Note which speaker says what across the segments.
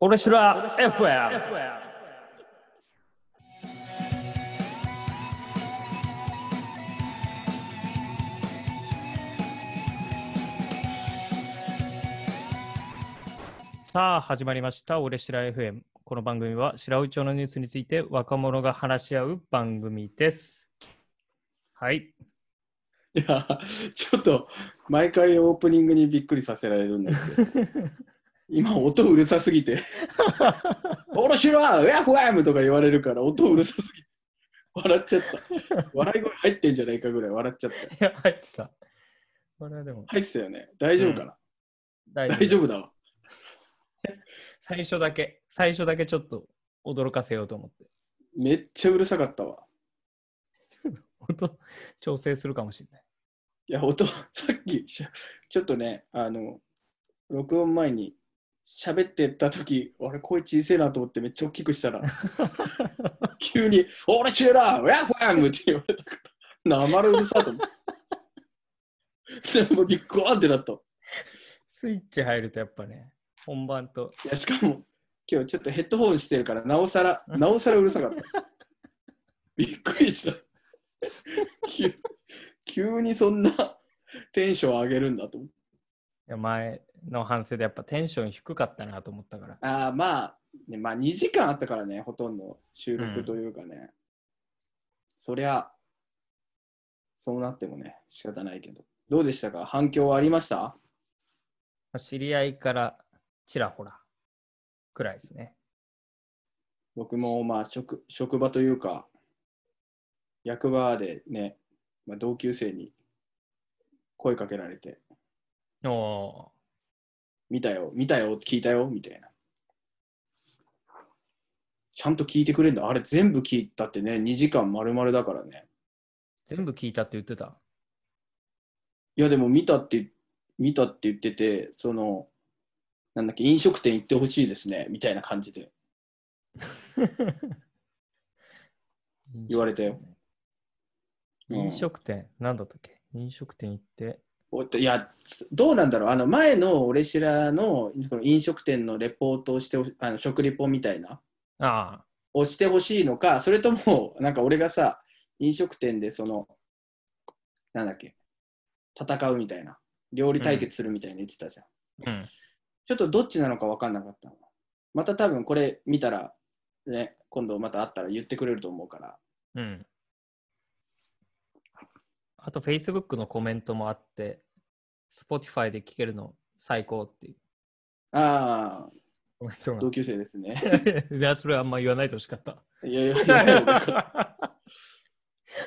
Speaker 1: 俺しら FM。さあ始まりました「俺しら FM」この番組は白尾町のニュースについて若者が話し合う番組ですはい
Speaker 2: いや、ちょっと毎回オープニングにびっくりさせられるんですけど、今、音うるさすぎて、おろしろ、ウェフワムとか言われるから、音うるさすぎて、笑っちゃった。笑い声入ってんじゃないかぐらい笑っちゃった。
Speaker 1: いや入ってたこれはでも
Speaker 2: 入ってたよね。大丈夫かな、
Speaker 1: 大
Speaker 2: 大丈夫だわ。
Speaker 1: 最初だけ最初だけちょっと驚かせようと思って
Speaker 2: めっちゃうるさかったわ。
Speaker 1: 音調整するかもしれない
Speaker 2: いや、音、 さっき、しゃちょっとね、あの、録音前に喋ってた時あれ、声小せえなと思ってめっちゃ大きくしたら、急に、俺知らん、ウェファムって言われたから、生るうるさと思って。でもびっくわーってなった。い
Speaker 1: スイッチ入るとやっぱね本番と
Speaker 2: や、しかも、今日ちょっとヘッドホンしてるから、なおさら、なおさらうるさかった。びっくりした。 急急にそんなテンション上げるんだと思って。
Speaker 1: いや前の反省でやっぱテンション低かったなと思ったから
Speaker 2: ああまあ、ね、まあ2時間あったからね、ほとんど収録というかね。そりゃ、そうなってもね、仕方ないけど。どうでしたか反響はありました
Speaker 1: 知り合いからちらほらくらいですね
Speaker 2: 僕もまあ職職場というか、役場でね、まあ、同級生に声かけられて、
Speaker 1: おお
Speaker 2: 見たよ、見たよ、聞いたよ、みたいな。ちゃんと聞いてくれんだ。あれ全部聞いたってね、2時間丸々だからね。
Speaker 1: 全部聞いたって言ってた
Speaker 2: いやでも見たって見たって言っててそのなんだっけ飲食店行ってほしいですねみたいな感じで言われたよ。うん
Speaker 1: 飲食店、なん、何だったっけ飲食店行って。
Speaker 2: おっといやどうなんだろうあの前の俺しらのその飲食店のレポートをしてほあの食リポみたいな
Speaker 1: ああ、
Speaker 2: をしてほしいのかそれともなんか俺がさ飲食店でそのなんだっけ戦うみたいな料理対決するみたいに言ってたじゃん
Speaker 1: うん。
Speaker 2: ちょっとどっちなのか分かんなかったの。また多分これ見たら、ね、今度また会ったら言ってくれると思うから。
Speaker 1: うん。あと、Facebook のコメントもあって、Spotify で聴けるの最高っていう
Speaker 2: ああ、
Speaker 1: コメント
Speaker 2: 同級生ですね。
Speaker 1: が。 いや、それはあんま言わないでほしかった。
Speaker 2: いやいやいやい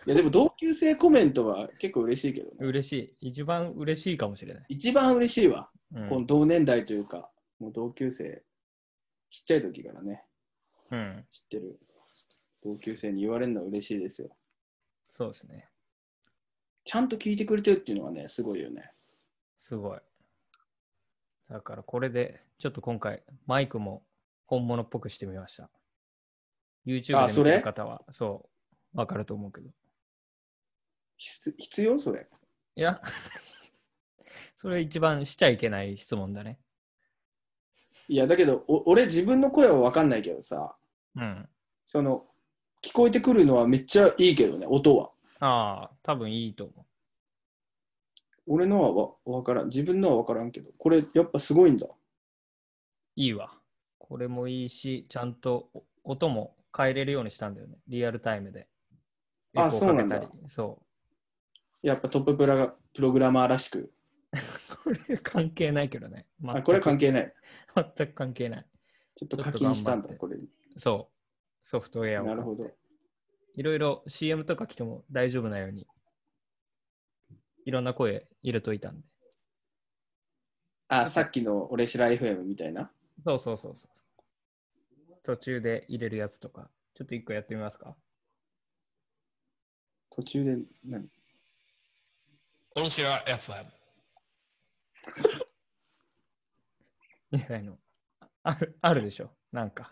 Speaker 2: や、でも同級生コメントは結構嬉しいけどね。
Speaker 1: 嬉しい。一番嬉しいかもしれない。
Speaker 2: 一番嬉しいわ。
Speaker 1: うん
Speaker 2: この同年代というか、もう同級生、ちっちゃい時からね、
Speaker 1: うん、
Speaker 2: 知ってる同級生に言われるのは嬉しいですよ。
Speaker 1: そうですね。
Speaker 2: ちゃんと聞いてくれてるっていうのはね、すごいよね。
Speaker 1: すごい。だからこれで、ちょっと今回、マイクも本物っぽくしてみました。YouTube
Speaker 2: あ
Speaker 1: で見
Speaker 2: そ
Speaker 1: て
Speaker 2: れ
Speaker 1: る方は、そう、わかると思うけど。
Speaker 2: 必必要それ。
Speaker 1: いや、 それ一番しちゃいけない質問だね。
Speaker 2: いや、だけど、お俺自分の声は分かんないけどさ、
Speaker 1: うん。
Speaker 2: その聞こえてくるのはめっちゃいいけどね音は
Speaker 1: ああ、多分いいと思
Speaker 2: 俺のはわ分からん自分のは分からんけどこれやっぱすごいんだ
Speaker 1: う。いいわ。これもいいし、ちゃんとお音も変えれるようにしたんだよね。リアルタイムで。
Speaker 2: あ
Speaker 1: エコーかけたり
Speaker 2: そ
Speaker 1: そ
Speaker 2: うやっぱトッププラがプログラマーらしく
Speaker 1: う。これ関係ないけどね。全
Speaker 2: あ
Speaker 1: く
Speaker 2: これは関係ない
Speaker 1: 全く関係ない。
Speaker 2: ちょっと課金したんだ
Speaker 1: ちょっと
Speaker 2: これに
Speaker 1: そう。ソフトウェアを買
Speaker 2: な
Speaker 1: って。
Speaker 2: るほど
Speaker 1: いろいろ CM とか来ても大丈夫なように、いろんな声入れといたんで。
Speaker 2: あさっきの俺白 FM みたいな
Speaker 1: そうそうそうそう。途中で入れるやつとか、ちょっと一個やってみますか。
Speaker 2: 途中で何
Speaker 1: オンシュア FM。みたいの。 ある、あるでしょ。なんか、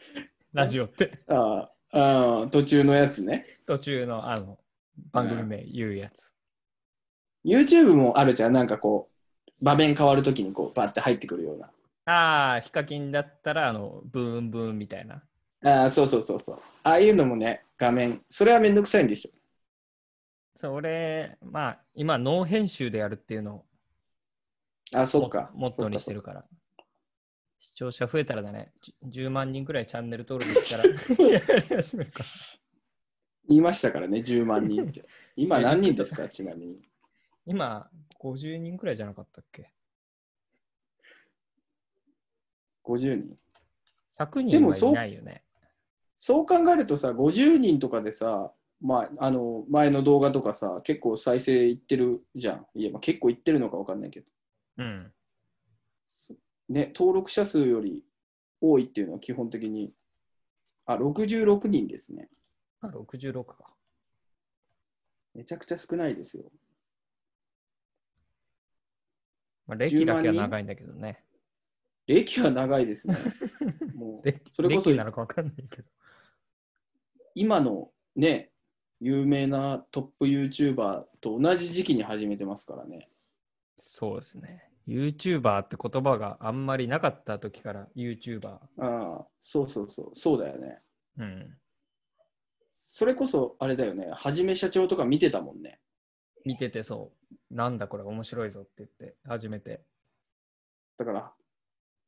Speaker 1: ラジオって。
Speaker 2: ああ途中のやつね
Speaker 1: 途中の、あの、番組名言うやつ。
Speaker 2: YouTube もあるじゃんなんかこう場面変わるときにこうバーって入ってくるような
Speaker 1: ああ、ヒカキンだったら、あの、ブーンブーンみたいな。
Speaker 2: ああ、そうそうそうそう。ああいうのもね、画面、それはめんどくさいんでしょ。
Speaker 1: それ、まあ、今、ノー編集でやるっていうのを
Speaker 2: ああ、そ
Speaker 1: も
Speaker 2: うか。
Speaker 1: モットーにしてる
Speaker 2: か。
Speaker 1: から。視聴者増えたらだね、じゅ10万人くらいチャンネル登録したらやり始めるか。
Speaker 2: 言いましたからね、10万人って。今何人ですか、ちなみに。
Speaker 1: 今、50人くらいじゃなかったっけ
Speaker 2: 50人。
Speaker 1: ?100
Speaker 2: で
Speaker 1: 人
Speaker 2: も
Speaker 1: は
Speaker 2: そう
Speaker 1: いないよね。
Speaker 2: そう考えるとさ、50人とかでさ、まあ、あの前の動画とかさ、結構再生いってるじゃん。いや、まあ、結構いってるのかわかんないけど。
Speaker 1: うん。
Speaker 2: そね、登録者数より多いっていうのは基本的に、あ、66人ですね。
Speaker 1: あ66か。
Speaker 2: めちゃくちゃ少ないですよ。
Speaker 1: まあ、歴だけは
Speaker 2: 10万人
Speaker 1: 長いんだけどね。
Speaker 2: 歴は長いで すね。もう
Speaker 1: 歴、
Speaker 2: それこそ
Speaker 1: 歴なのかわかんないけど。
Speaker 2: 今のね、有名なトップ YouTuber と同じ時期に始めてますからね。
Speaker 1: そうですね。YouTuber って言葉があんまりなかった時から YouTuber。
Speaker 2: ああ、そうそうそう、そうだよね。
Speaker 1: うん。
Speaker 2: それこそ、あれだよね、はじめ社長とか見てたもんね。
Speaker 1: 見ててそう。なんだこれ面白いぞって言って、初めて。
Speaker 2: だから、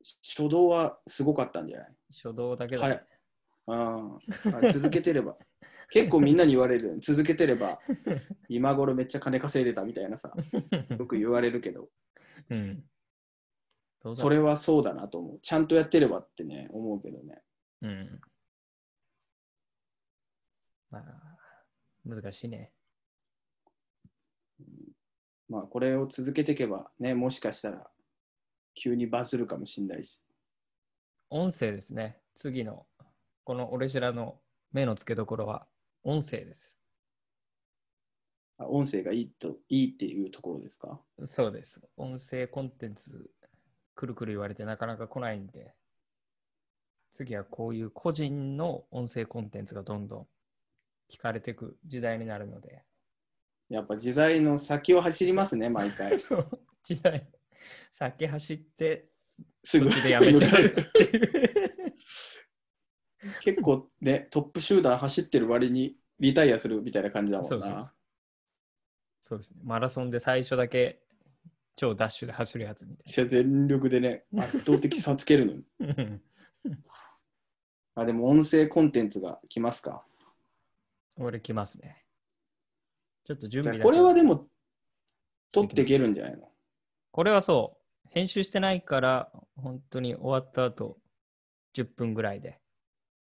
Speaker 2: 初動はすごかったんじゃない
Speaker 1: 初動だけだね、
Speaker 2: はいああ続けてれば。結構みんなに言われるよね続けてれば、今頃めっちゃ金稼いでたみたいなさ、よく言われるけど、
Speaker 1: うん。どうだろう
Speaker 2: それはそうだなと思う。ちゃんとやってればってね、思うけどね。
Speaker 1: うん。まあ、難しいね。
Speaker 2: まあ、これを続けていけば、ね、もしかしたら、急にバズるかもしれないし。
Speaker 1: 音声ですね。次の、この俺しらの目の付けどころは、音声です。
Speaker 2: あ音声がいいと、いいっていうところですか
Speaker 1: そうです。音声コンテンツ、くるくる言われてなかなか来ないんで、次はこういう個人の音声コンテンツがどんどん聞かれていく時代になるので、
Speaker 2: やっぱ時代の先を走りますね、毎回。
Speaker 1: そう時代、先走って、
Speaker 2: す
Speaker 1: 途
Speaker 2: ぐ
Speaker 1: 中でやめちゃうっていう。
Speaker 2: 結構ね、トップ集団走ってる割にリタイアするみたいな感じだもんな。
Speaker 1: そうそうそうそうですね。マラソンで最初だけ超ダッシュで走るやつみたい
Speaker 2: 私は全力でね、圧倒的差つけるのに。
Speaker 1: な。
Speaker 2: あ、でも音声コンテンツが来ますか。
Speaker 1: 俺来ますね。ちょっと準
Speaker 2: じゃ
Speaker 1: 備だ
Speaker 2: あ
Speaker 1: け
Speaker 2: これはでも、取っていけるんじゃないの
Speaker 1: これはそう。編集してないから、本当に終わった後、10分ぐらいで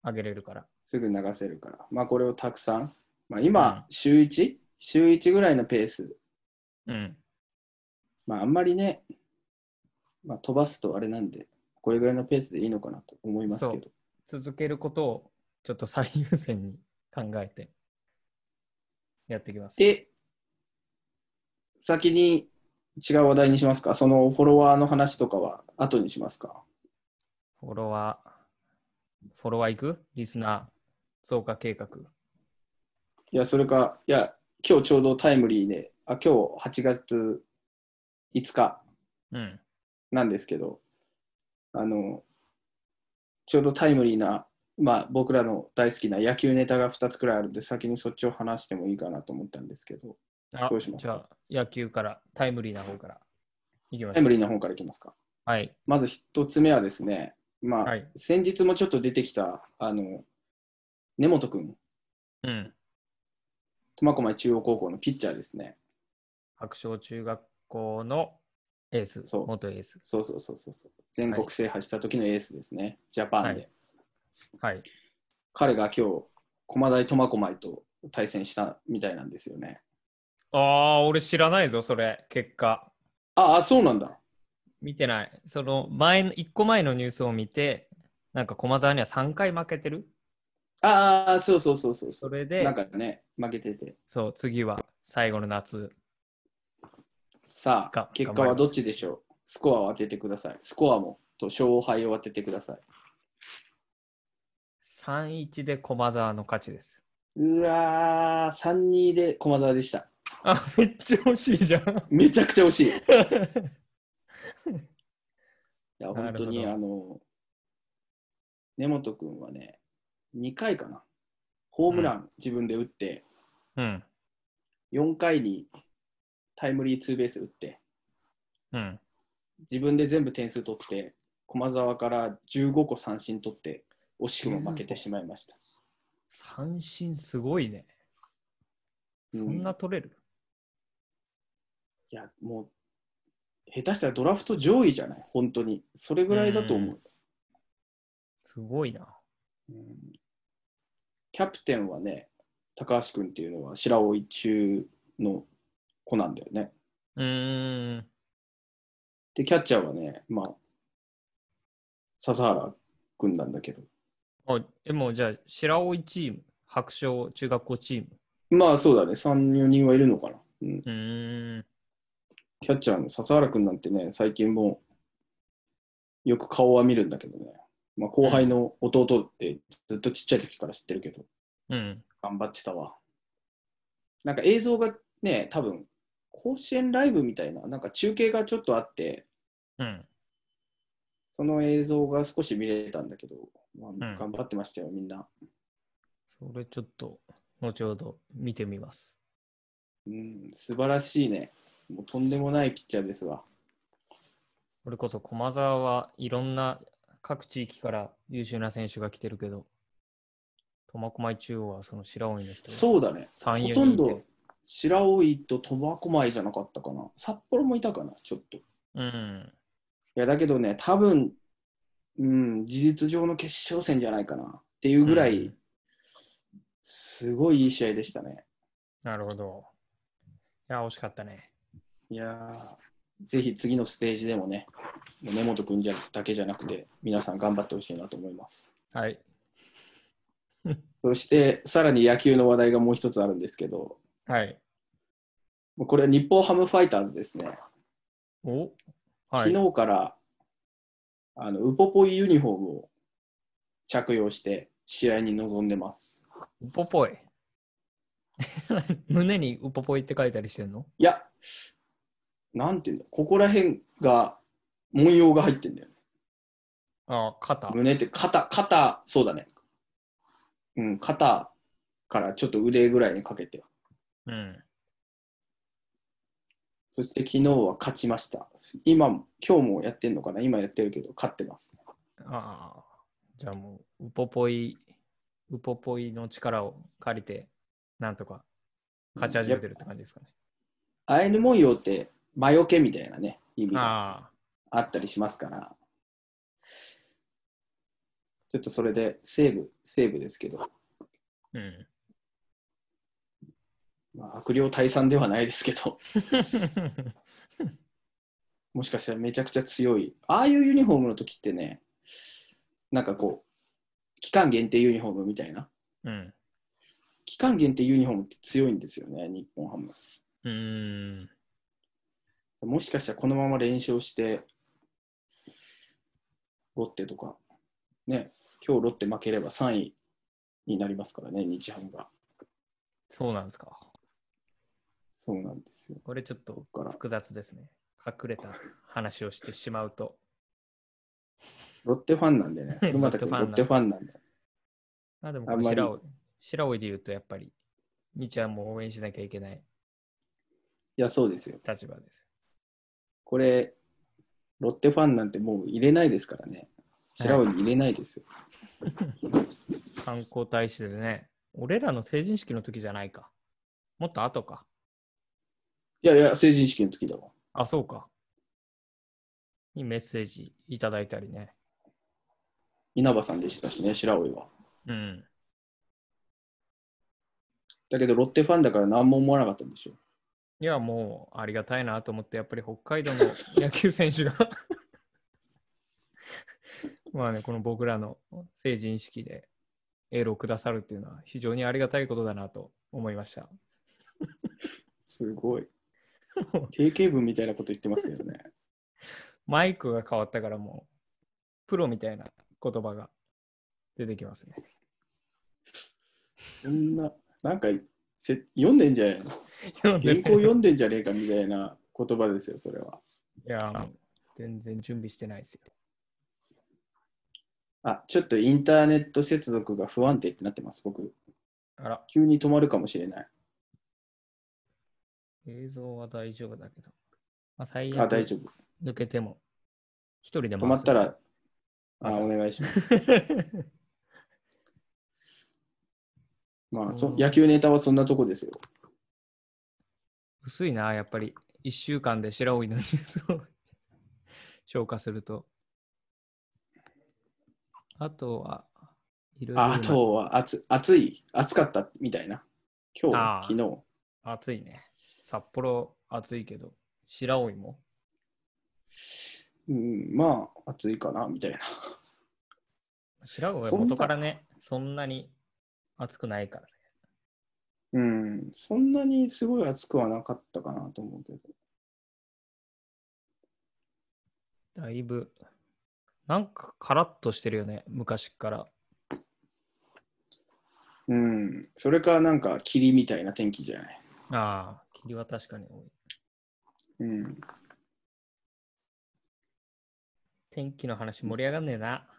Speaker 1: 上げれるから。
Speaker 2: すぐ流せるから。まあこれをたくさん。まあ今、週 1? 週1ぐらいのペース。
Speaker 1: うん。
Speaker 2: まああんまりね、まあ、飛ばすとあれなんで、これぐらいのペースでいいのかなと思いますけど。
Speaker 1: 続けることをちょっと最優先に考えてやっていきます。
Speaker 2: で、先に違う話題にしますかそのフォロワーの話とかは後にしますか
Speaker 1: フォロワー、フォロワー行くリスナー増加計画。
Speaker 2: いや、それか、いや、今日ちょうどタイムリーで、あ今日8月5日
Speaker 1: うん。
Speaker 2: なんですけど、あの、ちょうどタイムリーな、まあ僕らの大好きな野球ネタが2つくらいあるんで、先にそっちを話してもいいかなと思ったんですけど、
Speaker 1: あ
Speaker 2: どうします
Speaker 1: じゃあ、野球から、タイムリーな方から。いきま
Speaker 2: タ
Speaker 1: しょう
Speaker 2: イム。リーの方からいきますか。
Speaker 1: はい。
Speaker 2: まず一つ目はですね、まあ、
Speaker 1: はい
Speaker 2: 先日もちょっと出てきた、あの、根本君、
Speaker 1: うん。
Speaker 2: 苫小牧中央高校のピッチャーですね。
Speaker 1: 白鳥中学校のエース、
Speaker 2: そう
Speaker 1: 元エース。
Speaker 2: そうそうそうそうそう。全国制覇した時のエースですね、ジャパンで。
Speaker 1: はいはい。
Speaker 2: 彼が今日、駒大苫小牧と対戦したみたいなんですよね。
Speaker 1: ああ、俺知らないぞ、それ、結果。
Speaker 2: ああ、そうなんだ。
Speaker 1: 見てない。その前の、1個前のニュースを見て、なんか駒沢には3回負けてる。
Speaker 2: ああ、そうそうそうそうそ
Speaker 1: それ
Speaker 2: う。
Speaker 1: で
Speaker 2: なん、かね、負けてて。
Speaker 1: そう、次は最後の夏。
Speaker 2: さあ
Speaker 1: が、
Speaker 2: 結
Speaker 1: 頑
Speaker 2: 果
Speaker 1: 張り
Speaker 2: は
Speaker 1: ます
Speaker 2: どっちでしょうスコアを当ててください。スコアもと勝敗を当ててください。
Speaker 1: 3-1で駒沢の勝ちです。
Speaker 2: うわー、3-2で駒沢でした。
Speaker 1: あ、めっちゃ惜しいじゃん。
Speaker 2: めちゃくちゃ惜しい。や、
Speaker 1: なる
Speaker 2: 本当
Speaker 1: ほど
Speaker 2: に、あの、根本くんはね、2回かな。ホームラン自分で打って、
Speaker 1: うん。
Speaker 2: 4回にタイムリーツーベース打って、
Speaker 1: うん。
Speaker 2: 自分で全部点数取って、駒沢から15個三振取って、惜しくも負けてしまいました。
Speaker 1: 三振すごいね。そん
Speaker 2: う
Speaker 1: な取れる、
Speaker 2: いや、もう、下手したらドラフト上位じゃない本当に。それぐらいだと思う。
Speaker 1: すごいな。
Speaker 2: うんキャプテンはね、高橋君っていうのは白老中の子なんだよね。
Speaker 1: うーん。
Speaker 2: で、キャッチャーはね、まあ、笹原君なんだけど。
Speaker 1: あ、え、もうじゃあ、白老チーム、白鳥中学校チーム。
Speaker 2: まあ、そうだね、3、4人はいるのかな。うん、
Speaker 1: うーん。
Speaker 2: キャッチャーの笹原君なんてね、最近もう、よく顔は見るんだけどね。まあ、後輩の弟ってずっとちっちゃい時から知ってるけど。
Speaker 1: うん。
Speaker 2: 頑張ってたわ。なんか映像がね、多分甲子園ライブみたいな、なんか中継がちょっとあって、
Speaker 1: うん。
Speaker 2: その映像が少し見れたんだけど、まあ
Speaker 1: ん
Speaker 2: 頑張ってましたよ、みんな。
Speaker 1: それちょっと、後ほど見てみます。
Speaker 2: うん、素晴らしいね。もうとんでもないピッチャーですわ。
Speaker 1: それこそ駒沢はいろんな各地域から優秀な選手が来てるけど、苫小牧中央はその白老の人が
Speaker 2: そうだね。ほ
Speaker 1: 3、4人いて
Speaker 2: とんど白老と苫小牧じゃなかったかな。札幌もいたかな、ちょっと。い
Speaker 1: うん。
Speaker 2: や、だけどね、多分、うん、事実上の決勝戦じゃないかなっていうぐらい、
Speaker 1: うん
Speaker 2: すごいいい試合でしたね。
Speaker 1: なるほど。いや、惜しかったね。
Speaker 2: いやーぜひ次のステージでもね、もう根本君じゃだけじゃなくて、皆さん頑張ってほしいなと思います。
Speaker 1: はい。
Speaker 2: そして、さらに野球の話題がもう一つあるんですけど、
Speaker 1: はい。
Speaker 2: もうこれは日本ハムファイターズですね。
Speaker 1: おはい。
Speaker 2: 昨日からあのウポポイユニフォームを着用して試合に臨んでます。
Speaker 1: ウポポイ。 胸にウポポイって書いたりしてんの
Speaker 2: いや、なんていうんだ、ここら辺が文様が入ってんだよね。
Speaker 1: あ肩。
Speaker 2: 胸って肩、肩、そうだね。うん、肩からちょっと腕ぐらいにかけて。
Speaker 1: うん。
Speaker 2: そして昨日は勝ちました。今も、今日もやってるのかな今やってるけど、勝ってます。
Speaker 1: ああ。じゃあもう、ウポポイ、ウポポイの力を借りて、なんとか勝ち始めてるって感じですかね。
Speaker 2: アイヌ文様って、魔除けみたいなね、意味が
Speaker 1: ああ。
Speaker 2: あったりしますから、ちょっとそれで、西武、西武ですけど、
Speaker 1: うん。
Speaker 2: まあ、悪霊退散ではないですけど、もしかしたらめちゃくちゃ強い。ああいうユニフォームの時ってね、なんかこう、期間限定ユニフォームみたいな、
Speaker 1: うん。
Speaker 2: 期間限定ユニフォームって強いんですよね、日本ハム。
Speaker 1: うーん。
Speaker 2: もしかしたらこのまま連勝して、ロッテとか、ね、今日ロッテ負ければ3位になりますからね、日ハムが。
Speaker 1: そうなんですか。
Speaker 2: そうなんですよ。
Speaker 1: これちょっと
Speaker 2: だから、
Speaker 1: 複雑ですね。隠れた話をしてしまうと。
Speaker 2: ロッテファンなんでね、沼田君、ロ
Speaker 1: ロ
Speaker 2: ッ
Speaker 1: ッ
Speaker 2: テ
Speaker 1: テ
Speaker 2: ファンなんで。
Speaker 1: まあでも
Speaker 2: あ
Speaker 1: こ
Speaker 2: ん
Speaker 1: の
Speaker 2: まり
Speaker 1: 白老、白老で言うとやっぱり、日ハムを応援しなきゃいけない
Speaker 2: いや、そうですよ。
Speaker 1: 立場です。
Speaker 2: これ、ロッテファンなんてもう入れないですからね。白尾に入れないですよ。
Speaker 1: 観光大使でね、俺らの成人式の時じゃないか。もっと後か。
Speaker 2: い、やいや、成人式の時だわ。
Speaker 1: あ、そうか。にメッセージいただいたりね。
Speaker 2: 稲葉さんでしたしね、白尾は。
Speaker 1: うん。
Speaker 2: だけど、ロッテファンだから何も思わなかったんでしょ。
Speaker 1: いや、もうありがたいなと思って、やっぱり北海道の 野球選手が。まあね、この僕らの成人式でエールをくださるっていうのは非常にありがたいことだなと思いました。
Speaker 2: すご い。定型文みたいなこと言ってますけどね。
Speaker 1: マイクが変わったからもう、プロみたいな言葉が出てきますね。
Speaker 2: そんな、なんかせ読んでんじゃねえ
Speaker 1: 読
Speaker 2: の
Speaker 1: んで
Speaker 2: 原
Speaker 1: る
Speaker 2: 稿読んでんじゃねえかみたいな言葉ですよ、それは。
Speaker 1: いや、全然準備してないですよ。
Speaker 2: あ、ちょっとインターネット接続が不安定ってなってます、僕。
Speaker 1: あら、
Speaker 2: 急に止まるかもしれない。
Speaker 1: 映像は大丈夫だけど。まあ、最
Speaker 2: あ、
Speaker 1: 悪
Speaker 2: 大丈夫。
Speaker 1: 抜けても、一人で
Speaker 2: 止まった
Speaker 1: ら。
Speaker 2: ら、あ、お願いし ます。まあ、そ
Speaker 1: うん
Speaker 2: 野球ネタはそんなとこですよ。
Speaker 1: 薄いな、やっぱり。一週間で白老いのニュースを消化すると。あとは、いろいろ
Speaker 2: あ
Speaker 1: 今
Speaker 2: あとは暑、暑い、暑かったみたいな。今
Speaker 1: ああ
Speaker 2: 日、昨日。
Speaker 1: 暑いね。札幌暑いけど、白老も。
Speaker 2: うん、まあ、暑いかな、みたいな。
Speaker 1: 白老は
Speaker 2: そんな
Speaker 1: 元からね、そんなに暑くないからね。
Speaker 2: うん、そんなにすごい暑くはなかったかなと思うけど。
Speaker 1: だいぶ、なんかカラッとしてるよね、昔から。
Speaker 2: うん、それか、なんか、霧みたいな天気じゃない。
Speaker 1: ああ、霧は確かに多い。
Speaker 2: うん。
Speaker 1: 天気の話盛り上がんねえな。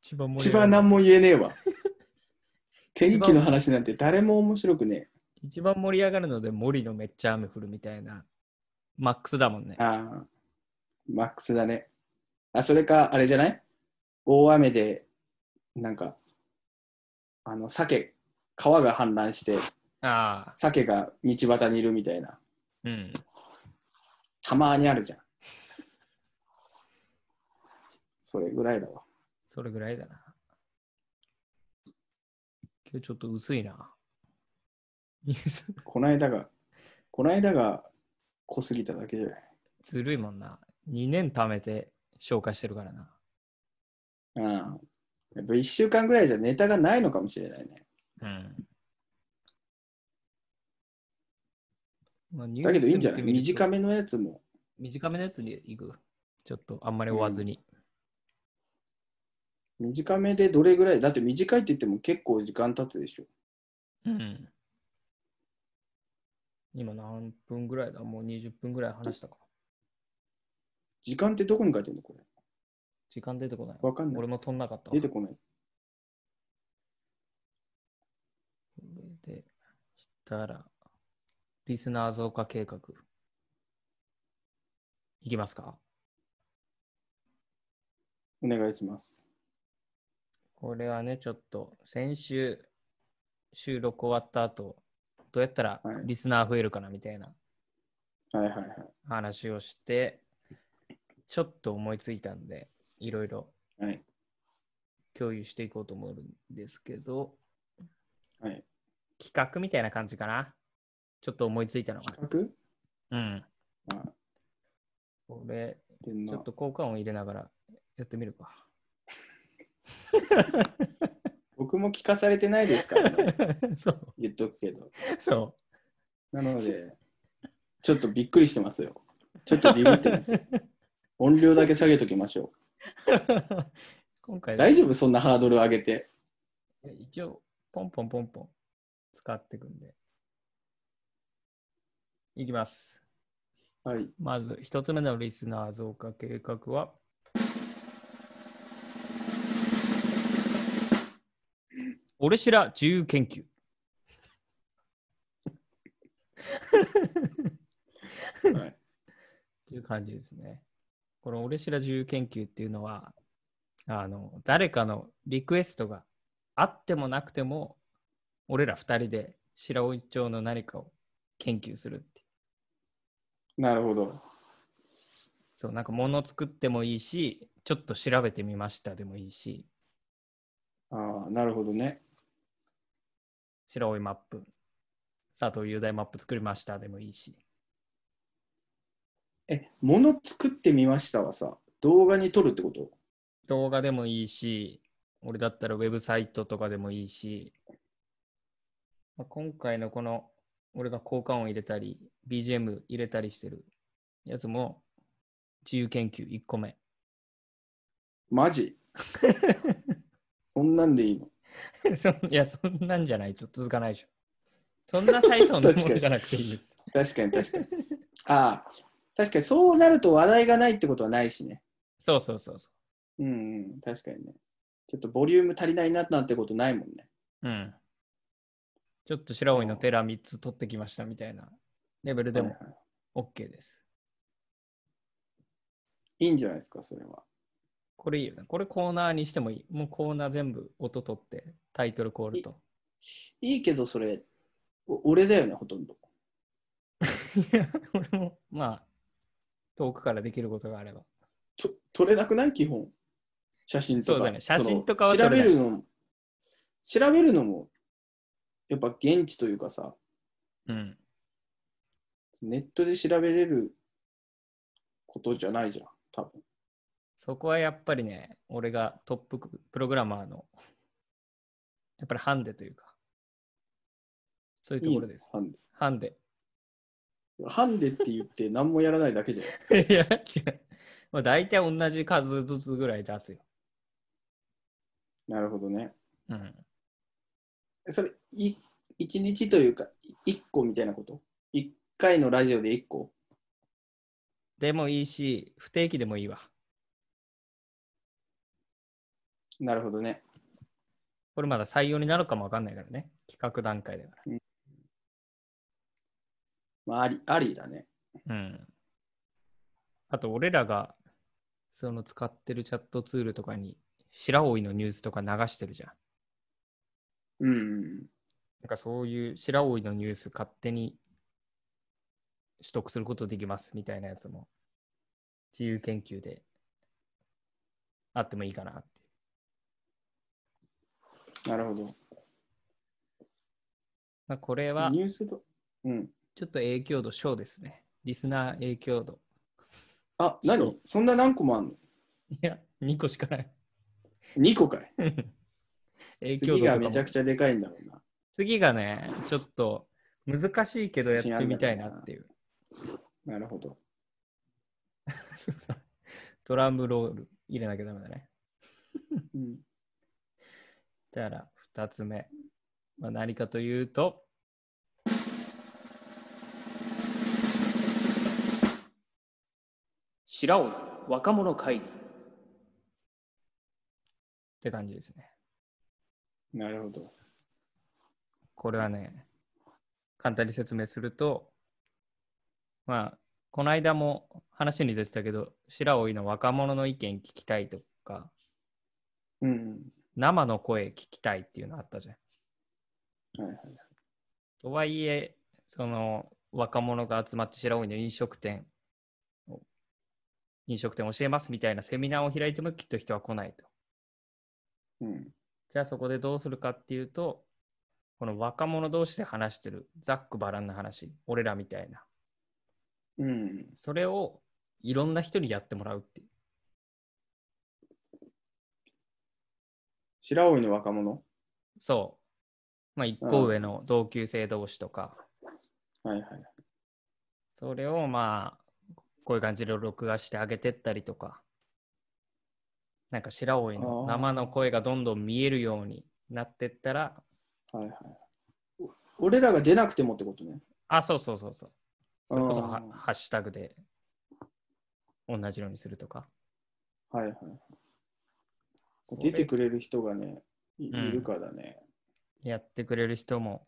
Speaker 1: 一番一番盛り
Speaker 2: 一
Speaker 1: 上がんねえ
Speaker 2: 番何も言えねえ わ。天気の話なんて誰も面白くね
Speaker 1: 一番盛り上がるので森のめっちゃ雨降るみたいなマックスだもんね
Speaker 2: え。。ああ、マックスだね。あ、それか、あれじゃない大雨で、なんか、あの、鮭、川が氾濫して、
Speaker 1: ああ、
Speaker 2: 鮭が道端にいるみたいな。
Speaker 1: うん。
Speaker 2: たまにあるじゃん。それぐらいだわ。
Speaker 1: それぐらいだな。今日ちょっと薄いな。ニュース
Speaker 2: こないだが、こないだが濃すぎただけじゃない。
Speaker 1: ずるいもんな。2年貯めて消化してるからな。
Speaker 2: ああ。やっぱ1週間ぐらいじゃネタがないのかもしれないね。
Speaker 1: うん。まあ、ニュー
Speaker 2: だけどいいんじゃな
Speaker 1: ス
Speaker 2: い
Speaker 1: 見てみると
Speaker 2: 短めのやつも。
Speaker 1: 短めのやつに行く。ちょっとあんまり追わずに。
Speaker 2: 短めでどれぐらいだって短いって言っても結構時間経つでしょ。
Speaker 1: うん。今何分ぐらいだもう20分ぐらい話したか。
Speaker 2: 時間ってどこに書いてるのこれ。
Speaker 1: 時間出てこない。
Speaker 2: わかんない
Speaker 1: 俺。も取んなかったわ。
Speaker 2: 出てこない。
Speaker 1: これで、したら、リスナー増加計画。いきますか
Speaker 2: お願いします。
Speaker 1: これはね、ちょっと先週収録終わった後、どうやったら
Speaker 2: はい
Speaker 1: リスナー増えるかなみたいな
Speaker 2: はいはいはい。
Speaker 1: 話をして、ちょっと思いついたんで、いろいろ
Speaker 2: はい
Speaker 1: 共有していこうと思うんですけど、
Speaker 2: はい
Speaker 1: 企画みたいな感じかなちょっと思いついたのが。
Speaker 2: 企
Speaker 1: うん。
Speaker 2: 画ああ
Speaker 1: これ、
Speaker 2: でんな
Speaker 1: ちょっと効果音入れながらやってみるか。
Speaker 2: 僕も聞かされてないですから ね。
Speaker 1: そう、
Speaker 2: 言っとくけど。
Speaker 1: そ
Speaker 2: なので、ちょっとびっくりしてますよ。ちょっとビビってます。音量だけ下げときまし
Speaker 1: う。
Speaker 2: ょ
Speaker 1: 今回
Speaker 2: う。大丈夫そんなハードル上げて。
Speaker 1: 一応、ポンポンポンポン使っていくんで。いきます。
Speaker 2: はい。
Speaker 1: まず、一つ目のリスナー増加計画は、俺しら自由研究。
Speaker 2: はい、
Speaker 1: っていう感じですね。この俺知ら自由研究っていうのは、あの、誰かのリクエストがあってもなくても、俺ら二人で白老町の何かを研究するっていう。
Speaker 2: なるほど。
Speaker 1: そう、なんか物作ってもいいし、ちょっと調べてみましたでもいいし、
Speaker 2: ああ、なるほどね。
Speaker 1: 白老マップ、佐藤雄大マップ作りましたでもいいし。
Speaker 2: え、物作ってみましたはさ、動画に撮るってこと
Speaker 1: 動画でもいいし、俺だったらウェブサイトとかでもいいし、まあ、今回のこの、俺が効果音入れたり、BGM 入れたりしてるやつも、自由研究1個目。
Speaker 2: マジそんなんでいいの
Speaker 1: そんいや、そんなんじゃないと続かないでしょ。そんな大層な
Speaker 2: 確
Speaker 1: も
Speaker 2: か
Speaker 1: の
Speaker 2: に
Speaker 1: じゃなくていいです。
Speaker 2: 確かに確かに。ああ、確かにそうなると話題がないってことはないしね。
Speaker 1: そうそうそうそ
Speaker 2: うん、うん、確かにね。ちょっとボリューム足りないななんてことないもんね。
Speaker 1: う。うん。ちょっと白老の寺3つ取ってきましたみたいなレベルでも
Speaker 2: はいは
Speaker 1: OK です。
Speaker 2: い、いいんじゃないですか、それは。
Speaker 1: これいいよね。これコーナーにしてもいい。もうコーナー全部音取ってタイトルコールと。
Speaker 2: いいけど、それ、お俺だよね、ほとんど。
Speaker 1: い や、俺もまあ、遠くからできることがあれば。
Speaker 2: と撮れなくない基本。写真とか。
Speaker 1: そうだね
Speaker 2: の
Speaker 1: 写真とかは撮れ
Speaker 2: 調
Speaker 1: ない
Speaker 2: べるのも、調べるのも、やっぱ現地というかさ、
Speaker 1: うん。
Speaker 2: ネットで調べれることじゃないじゃん、多分。
Speaker 1: そこはやっぱりね、俺がトッププログラマーの、やっぱりハンデというか、そういうところです。
Speaker 2: い
Speaker 1: ハ
Speaker 2: いの
Speaker 1: ンデ。
Speaker 2: ハンデ。ハンデって言って何もやらないだけじ ゃん。
Speaker 1: いや、違う。まあ、大体同じ数ずつぐらい出すよ。
Speaker 2: なるほどね。
Speaker 1: うん。
Speaker 2: それ、い一日というか、い一個みたいなこと一回のラジオで一個
Speaker 1: でもいいし、不定期でもいいわ。
Speaker 2: なるほどね。
Speaker 1: これまだ採用になるかもわかんないからね。企画段階だか
Speaker 2: まあ、あり、ありだね。
Speaker 1: ら。うん。あと、俺らが、その使ってるチャットツールとかに、白老のニュースとか流してるじゃん。
Speaker 2: うんうんうん。
Speaker 1: なんかそういう白老のニュース勝手に取得することできますみたいなやつも自由研究であってもいいかなって。
Speaker 2: なるほど。
Speaker 1: まあ、これは
Speaker 2: ニュースと、うん。
Speaker 1: ちょっと影響度小ですね。リスナー影響度。
Speaker 2: あ、
Speaker 1: そ
Speaker 2: 何
Speaker 1: う
Speaker 2: そんな何個もあんの
Speaker 1: いや、2個しかない。
Speaker 2: ?2 個かい。
Speaker 1: 影響
Speaker 2: 次
Speaker 1: 度と
Speaker 2: が
Speaker 1: か
Speaker 2: め
Speaker 1: も
Speaker 2: ちゃくちゃでかいんだろうな。
Speaker 1: 次がね、ちょっと難しいけどやってみたいなっていう。
Speaker 2: なるほど。
Speaker 1: トランブロール入れなきゃダメだね。
Speaker 2: うん。
Speaker 1: だから2つ目、まあ、何かというと白尾若者会議って感じですね
Speaker 2: なるほど。
Speaker 1: これはね簡単に説明するとまあこの間も話に出てたけど白老の若者の意見聞きたいとか
Speaker 2: うんうん。
Speaker 1: 生の声聞きたいっていうのあったじゃん
Speaker 2: はいはい。
Speaker 1: とはいえ、その若者が集まって白老の飲食店を、飲食店教えますみたいなセミナーを開いてもきっと人は来ないと。
Speaker 2: うん。
Speaker 1: じゃあそこでどうするかっていうと、この若者同士で話してるざっくばらんな話、俺らみたいな、
Speaker 2: うん。
Speaker 1: それをいろんな人にやってもらうっていう。
Speaker 2: 白老の若者
Speaker 1: そう。まあ、一個上の同級生同士とか、
Speaker 2: はいはい。
Speaker 1: それをまあ、こういう感じで録画してあげてったりとか、なんか白老の
Speaker 2: あー
Speaker 1: 生の声がどんどん見えるようになってったら、
Speaker 2: はいはい。お俺らが出なくてもってことね。
Speaker 1: あ、そうそうそうそう。それこそは
Speaker 2: あー
Speaker 1: ハッシュタグで同じようにするとか。
Speaker 2: はいはい。
Speaker 1: れ
Speaker 2: 出てくれる人がね、い,、
Speaker 1: うん
Speaker 2: るかだね。
Speaker 1: やってくれる人も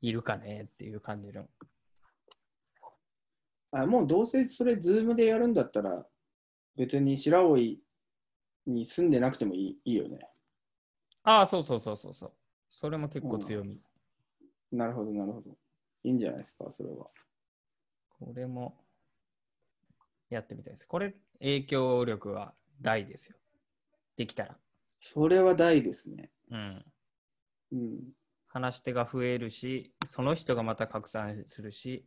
Speaker 1: いるかねっていう感じの。
Speaker 2: あもうどうせそれ、ズームでやるんだったら、別に白老に住んでなくてもいいいいよね。
Speaker 1: ああ、そうそうそうそうそう。それも結構強み。
Speaker 2: なるほど、なるほど。いいんじゃないですか、それは。
Speaker 1: これもやってみたいです。これ、影響力は大ですよ。できたら。
Speaker 2: それは大ですね。
Speaker 1: うん。
Speaker 2: うん。
Speaker 1: 話し手が増えるし、その人がまた拡散するし、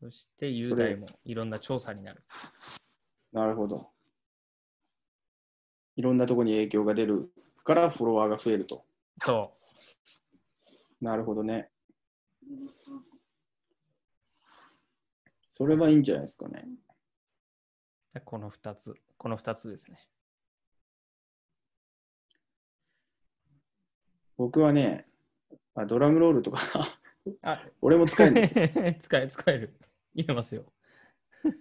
Speaker 1: そして雄大もいろんな調査になる。
Speaker 2: なるほど。いろんなとこに影響が出るからフォロワーが増えると。
Speaker 1: そ
Speaker 2: なるほどね。それはいいんじゃないですかね。
Speaker 1: う。この2つ、この2つですね。
Speaker 2: 僕はね、まあ、ドラムロールとか
Speaker 1: あ、
Speaker 2: 俺も使えるんですよ
Speaker 1: 使え、使える。入れますよ。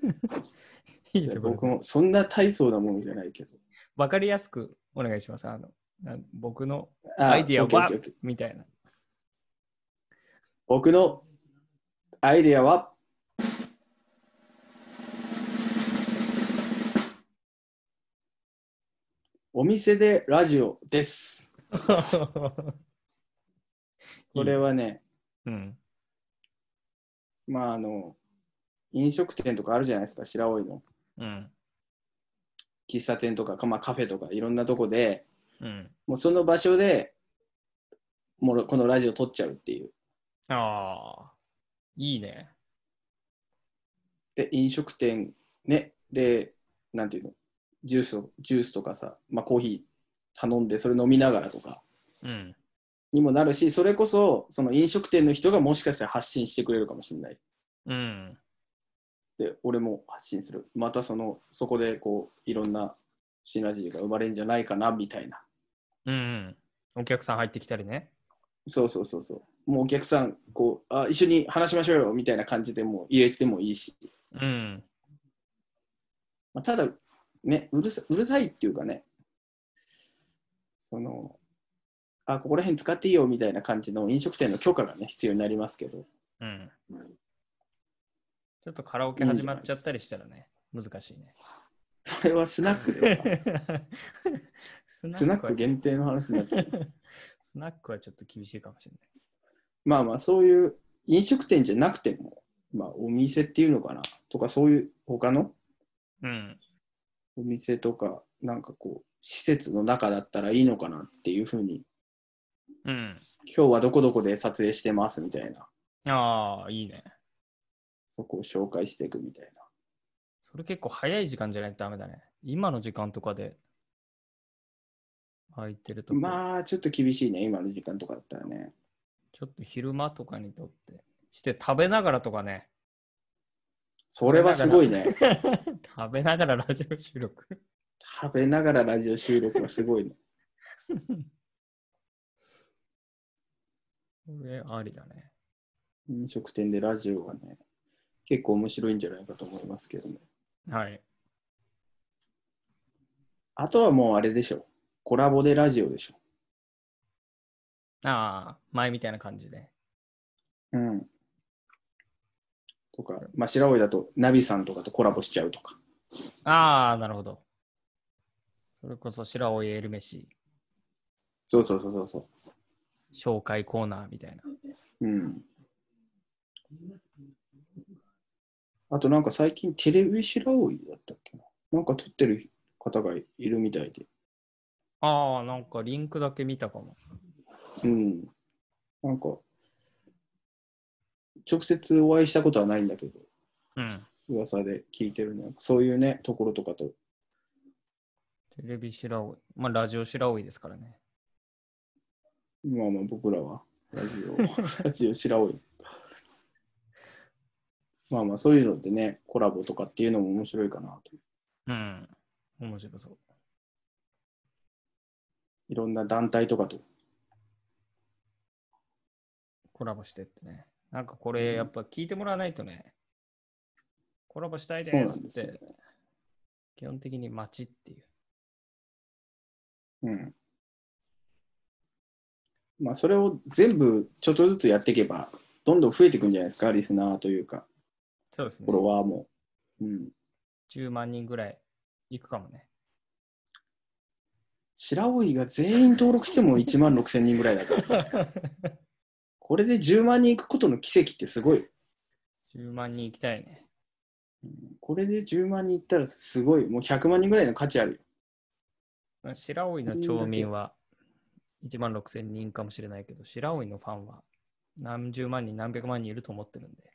Speaker 1: いいところ
Speaker 2: 僕もそんな大層なものじゃないけど。
Speaker 1: わかりやすくお願いします。あのなん僕の
Speaker 2: あ
Speaker 1: アイディア
Speaker 2: オッケーオッ
Speaker 1: は
Speaker 2: ケーオッケー
Speaker 1: みたいな。
Speaker 2: 僕のアイディアはお店でラジオです。 これ
Speaker 1: は、
Speaker 2: はね、
Speaker 1: うん。
Speaker 2: まああの、飲食店とかあるじゃないですか、白老の。
Speaker 1: うん。
Speaker 2: 喫茶店とか、まあ、カフェとかいろんなとこで、
Speaker 1: うん。
Speaker 2: もうその場所でもうこのラジオ撮っちゃうっていう。
Speaker 1: ああ、いいね。
Speaker 2: で、飲食店ね、で、なんていうの、ジュースを、ジュースとかさ、まあコーヒー頼んで、それ飲みながらとか
Speaker 1: うん。
Speaker 2: にもなるし、それこそ、その飲食店の人がもしかしたら発信してくれるかもしれない。
Speaker 1: うん。
Speaker 2: で、俺も発信する。またその、そこでこう、いろんなシナジーが生まれるんじゃないかな、みたいな。
Speaker 1: うん、うん。お客さん入ってきたりね。
Speaker 2: そうそうそうそう。もうお客さん、こう、あ、一緒に話しましょうよ、みたいな感じでもう入れてもいいし。
Speaker 1: うん。
Speaker 2: まあ、ただ、ねうるさ、うるさいっていうかね、その、あ、ここら辺使っていいよみたいな感じの飲食店の許可がね、必要になりますけど、
Speaker 1: うん。ちょっとカラオケ始まっちゃったりしたらね、難しいね。
Speaker 2: それはスナック ですか
Speaker 1: ス
Speaker 2: スナック限定の話になってる。
Speaker 1: スナックはちょっと厳しいかもしれない。
Speaker 2: まあまあ、そういう飲食店じゃなくても、まあ、お店っていうのかなとか、そういう他の
Speaker 1: うん。
Speaker 2: お店とか、なんかこう、施設の中だったらいいのかなっていうふうに、
Speaker 1: うん。
Speaker 2: 今日はどこどこで撮影してますみたいな、
Speaker 1: ああ、いいね。
Speaker 2: そこを紹介していくみたいな。
Speaker 1: それ結構早い時間じゃないとダメだね。今の時間とかで空いてるとこ、
Speaker 2: まあ、ちょっと厳しいね、今の時間とかだったらね。
Speaker 1: ちょっと昼間とかにとって、して食べながらとかね。
Speaker 2: それはすごいね。
Speaker 1: 食べながらラジオ収録。
Speaker 2: 食べながらラジオ収録はすごいね。
Speaker 1: これありだね。
Speaker 2: 飲食店でラジオはね、結構面白いんじゃないかと思いますけどね。
Speaker 1: はい。
Speaker 2: あとはもうあれでしょ。コラボでラジオでしょ。
Speaker 1: ああ、前みたいな感じで。
Speaker 2: うん。とか、まあ、白老だとナビさんとかとコラボしちゃうとか。
Speaker 1: ああ、なるほど。それこそ白老エルメシ
Speaker 2: そうそうそうそうそ
Speaker 1: 紹介コーナーみたいな。
Speaker 2: う。うん。あとなんか最近テレビ白老だったっけな。なんか撮ってる方がいるみたいで。
Speaker 1: ああ、なんかリンクだけ見たかも。
Speaker 2: うん。なんか、直接お会いしたことはないんだけど、
Speaker 1: うん。
Speaker 2: 噂で聞いてるね。そういうね、ところとかと。
Speaker 1: テレビ白老。まあ、ラジオ白老ですからね。
Speaker 2: まあまあ、僕らは、ラジ オ、ラジオ白老。まあまあ、そういうのってね、コラボとかっていうのも面白いかなと。
Speaker 1: うん。面白そう。
Speaker 2: いろんな団体とかと。
Speaker 1: コラボしてってね。なんかこれ、やっぱ聞いてもらわないとね、コラボしたい
Speaker 2: そう
Speaker 1: で
Speaker 2: な
Speaker 1: す
Speaker 2: ん
Speaker 1: っ
Speaker 2: ですよね
Speaker 1: て、。基本的に街っていう。
Speaker 2: うん。まあ、それを全部、ちょっとずつやっていけば、どんどん増えていくんじゃないですか、リスナーというか、
Speaker 1: そうですね
Speaker 2: フォ。ロワーも。うん。
Speaker 1: 10万人ぐらいいくかも ね。
Speaker 2: 白老が全員登録しても1万6千人ぐらいだから、これで10万人いくことの奇跡ってすごい。
Speaker 1: 10万人行きたいね。
Speaker 2: これで10万人いったらすごい。もう100万人ぐらいの価値あるよ。
Speaker 1: まあ白老の町民は1万6千人かもしれないけど、白老のファンは何十万人、何百万人いると思ってるんで。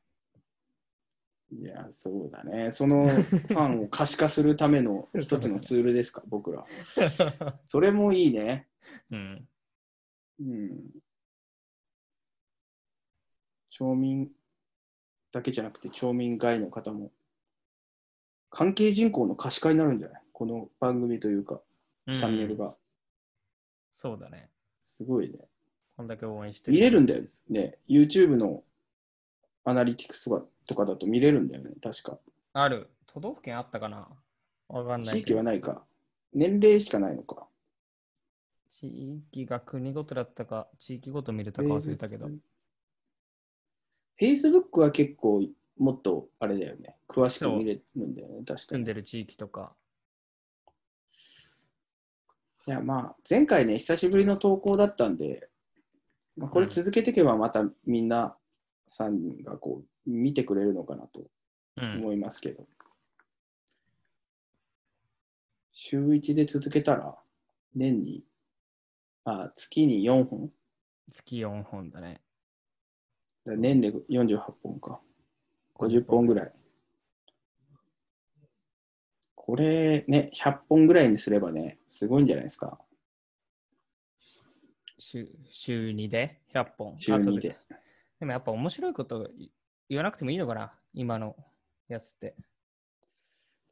Speaker 2: いや、そうだね。そのファンを可視化するための一つのツールですか、僕ら。それもいいね。
Speaker 1: うん。
Speaker 2: うん。町民だけじゃなくて、町民外の方も。関係人口の可視化になるんじゃないこの番組というか、チャンネル
Speaker 1: うん
Speaker 2: が。
Speaker 1: そうだね。
Speaker 2: すごいね。
Speaker 1: こんだけ応援して
Speaker 2: 見れるんだよね。YouTube のアナリティクスとかとかだと見れるんだよね、確か。
Speaker 1: ある。都道府県あったかなわかんない
Speaker 2: 地
Speaker 1: けど。
Speaker 2: 域はないか。年齢しかないのか。
Speaker 1: 地域が国ごとだったか、地域ごと見れたか忘れたけど。。
Speaker 2: Facebook は結構もっとあれだよね。詳しく見れるんだよね、確か
Speaker 1: 住ん
Speaker 2: に。
Speaker 1: でる地域とか。
Speaker 2: いや、まあ、前回ね、久しぶりの投稿だったんで、まあ、これ続けていけばまたみんなさんがこう見てくれるのかなと
Speaker 1: うん。
Speaker 2: 思いますけど。週1で続けたら、年に、あ、月に4本
Speaker 1: 月4本だね。
Speaker 2: だから年で48本か。50本ぐらい。これね、100本ぐらいにすればね、すごいんじゃないですか。
Speaker 1: 週週2で100本。
Speaker 2: 週
Speaker 1: あと
Speaker 2: 2で。
Speaker 1: でもやっぱ面白いことい言わなくてもいいのかな今のやつって。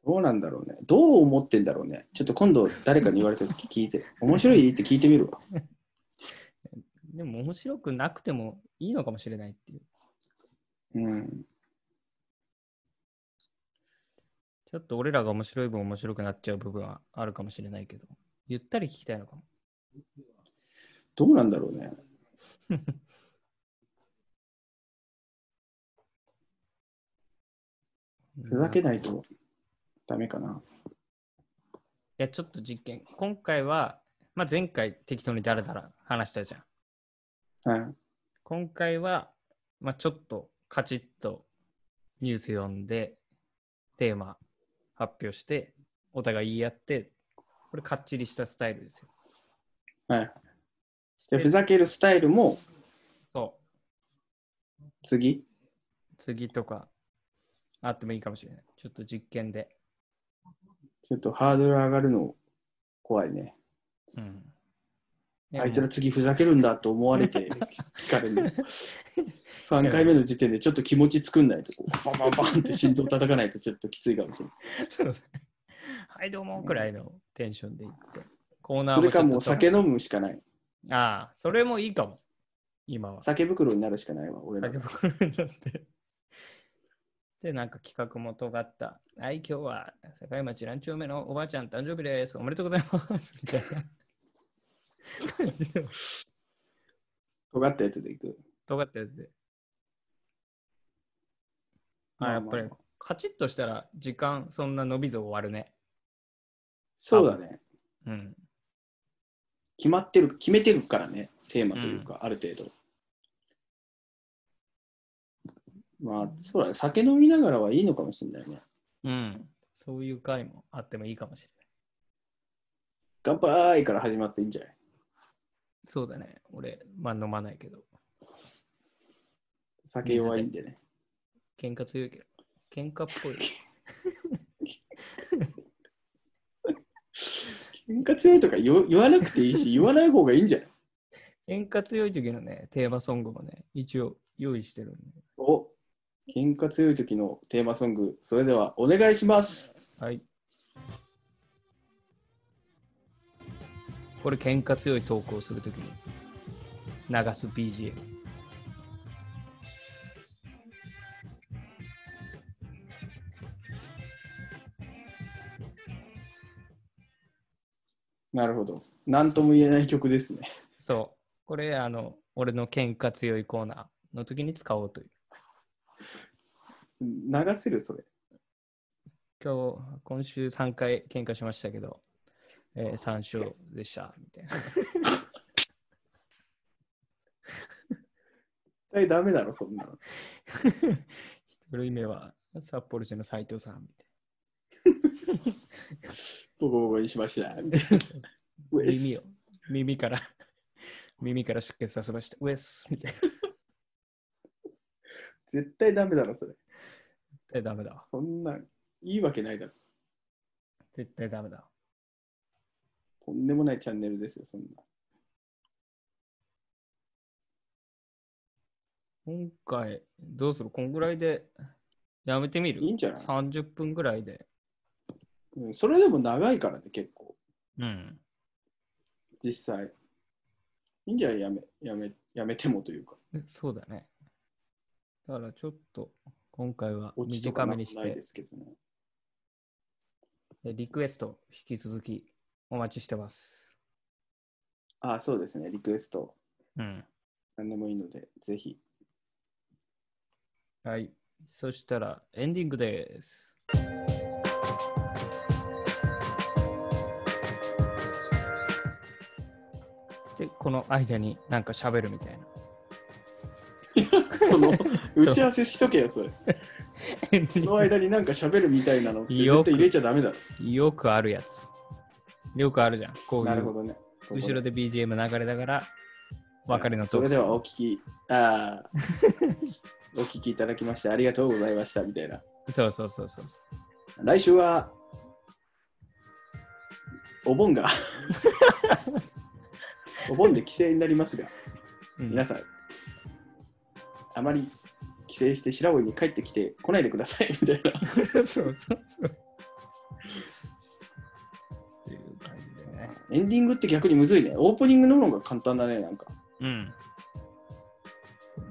Speaker 2: どうなんだろうね。どう思ってんだろうね。ちょっと今度誰かに言われたとき聞いて、面白いって聞いてみるわ。
Speaker 1: でも面白くなくてもいいのかもしれないっていう。
Speaker 2: うん。
Speaker 1: ちょっと俺らが面白い分面白くなっちゃう部分はあるかもしれないけど。ゆったり聞きたいのかも。
Speaker 2: どうなんだろうね。ふざけ
Speaker 1: い
Speaker 2: ないとダメかな。
Speaker 1: や、ちょっと実験。今回は、まあ、前回適当にだらだら話したじゃん。
Speaker 2: はい。
Speaker 1: 今回は、まあ、ちょっとカチッとニュース読んで、テーマ発表して、お互い言い合って、これかっちりしたスタイルですよ。
Speaker 2: はい。
Speaker 1: し
Speaker 2: じゃ
Speaker 1: て
Speaker 2: あふざけるスタイルも
Speaker 1: そ
Speaker 2: 次。
Speaker 1: う、次とかあってもいいかもしれない。ちょっと実験で。
Speaker 2: ちょっとハードル上がるの怖いね。
Speaker 1: うん。
Speaker 2: あいつら
Speaker 1: や
Speaker 2: 次ふざけるんだと思われ て聞かれるの。3回目の時点でちょっと気持ち作んないとこう、バンバンバンって心臓叩かないとちょっときついかもしれない。
Speaker 1: もう はい、どうもくらいのテンションでいって。コーナー
Speaker 2: それか
Speaker 1: ち
Speaker 2: も
Speaker 1: ょ
Speaker 2: う
Speaker 1: っと
Speaker 2: 酒飲むしかない。
Speaker 1: ああ、それもいいかも。今は。
Speaker 2: 酒袋になるしかないわ、俺ら
Speaker 1: 酒。袋になって。 で、なんか企画も尖った。はい、今日は境町何丁目のおばあちゃん誕生日です。おめでとうございます。 みたいな感じで。
Speaker 2: 尖ったやつでいく。
Speaker 1: 尖ったやつで。
Speaker 2: ま
Speaker 1: あ、
Speaker 2: あ
Speaker 1: や
Speaker 2: ま
Speaker 1: っ
Speaker 2: あ
Speaker 1: ぱり、カチッとしたら時間そんな伸びず終わるね。
Speaker 2: そうだね。
Speaker 1: うん。
Speaker 2: 決まってる、決めてるからね、テーマというか、ある程度。まあ、そうだね。酒飲みながらはいいのかもしれないね。
Speaker 1: うん。そういう回もあってもいいかもしれない。
Speaker 2: 乾杯から始まっていいんじゃない
Speaker 1: そうだね。俺、まあ飲まないけど。
Speaker 2: 酒弱いんでね。
Speaker 1: 喧嘩強いけど。喧嘩っぽい。
Speaker 2: 喧嘩強いとか言わ言わなくていいし、言わない方がいいんじゃない
Speaker 1: 喧嘩強い時のね、テーマソングもね、一応用意してるんで。
Speaker 2: お喧嘩強い時のテーマソング、それではお願いします。
Speaker 1: はい。これ、喧嘩強い投稿するときに流す BGM。
Speaker 2: なるほど。なんとも言えない曲ですね。
Speaker 1: そう。これ、あの、俺の喧嘩強いコーナーの時に使おうという。
Speaker 2: 流せるそれ。
Speaker 1: 今日、今週3回喧嘩しましたけど、えー、3勝でした、みたいな。
Speaker 2: 絶対ダメだろ、そんなの。
Speaker 1: 一人目は札幌市の斉藤さん、みたい
Speaker 2: ボコボコにしました。
Speaker 1: な。
Speaker 2: ウエス
Speaker 1: 耳を、耳から、 耳から出血させました。ウエスみたいな。
Speaker 2: 絶対ダメだろ、それ。
Speaker 1: 絶対ダメだわ。
Speaker 2: そんな、いいわけないだろ。
Speaker 1: 絶対ダメだわ。
Speaker 2: とんでもないチャンネルですよ、そんな。
Speaker 1: 今回、どうするこんぐらいでやめてみる
Speaker 2: いいんじゃない
Speaker 1: ?30 分ぐらいで。
Speaker 2: うん、それでも長いからね、結構。
Speaker 1: うん。
Speaker 2: 実際。いいんじゃないやめ、やめ、やめてもというか。
Speaker 1: そうだね。だからちょっと今回は
Speaker 2: 落ちとか
Speaker 1: 短
Speaker 2: な
Speaker 1: めに
Speaker 2: く
Speaker 1: し
Speaker 2: ない
Speaker 1: て
Speaker 2: で、すけどね。
Speaker 1: でリクエスト引き続きお待ちしてます。
Speaker 2: ああ、そうですね。リクエスト。
Speaker 1: うん。
Speaker 2: 何でもいいので、ぜ ひ。
Speaker 1: はい。そしたらエンディングです。で、この間になんか喋るみたいな。
Speaker 2: その、打ち合わせしとけよ、それ。
Speaker 1: エンディン
Speaker 2: そ
Speaker 1: グ
Speaker 2: の間になんか喋るみたいな のって絶対入れちゃダメだろ。
Speaker 1: よくあるやつ。よくあるじゃん。こうい
Speaker 2: なるほ
Speaker 1: う
Speaker 2: どね。
Speaker 1: 後ろで BGM 流れだから、別れのト
Speaker 2: そ
Speaker 1: ー
Speaker 2: れ
Speaker 1: ク
Speaker 2: ではお聞き、ああ、 お聞きいただきましてありがとうございましたみたいな。
Speaker 1: そうそうそうそうそ
Speaker 2: 来週は、お 盆が、お盆で帰省になりますが、
Speaker 1: う。うん
Speaker 2: 皆さん、あまり帰省して白老に帰ってきて来ないでください みたいな。
Speaker 1: そうそうそう。っていう感じでね。
Speaker 2: エンディングって逆にむずいね。オープニングの方が簡単だね、なんか。
Speaker 1: うん。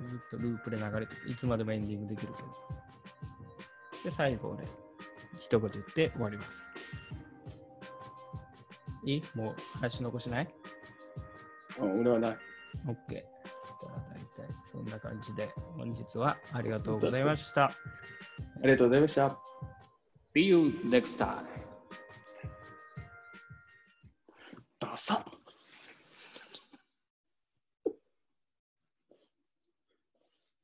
Speaker 1: ずっとループで流れてるいつまでもエンディングできるけど。で、最後ね、一言言って終わります。いいもう話残しない
Speaker 2: うん俺はない。
Speaker 1: ?OK。だから大体そんな感じで、本日はありがとうございました。
Speaker 2: ありがとうございました。
Speaker 1: See you next time.
Speaker 2: ダサっ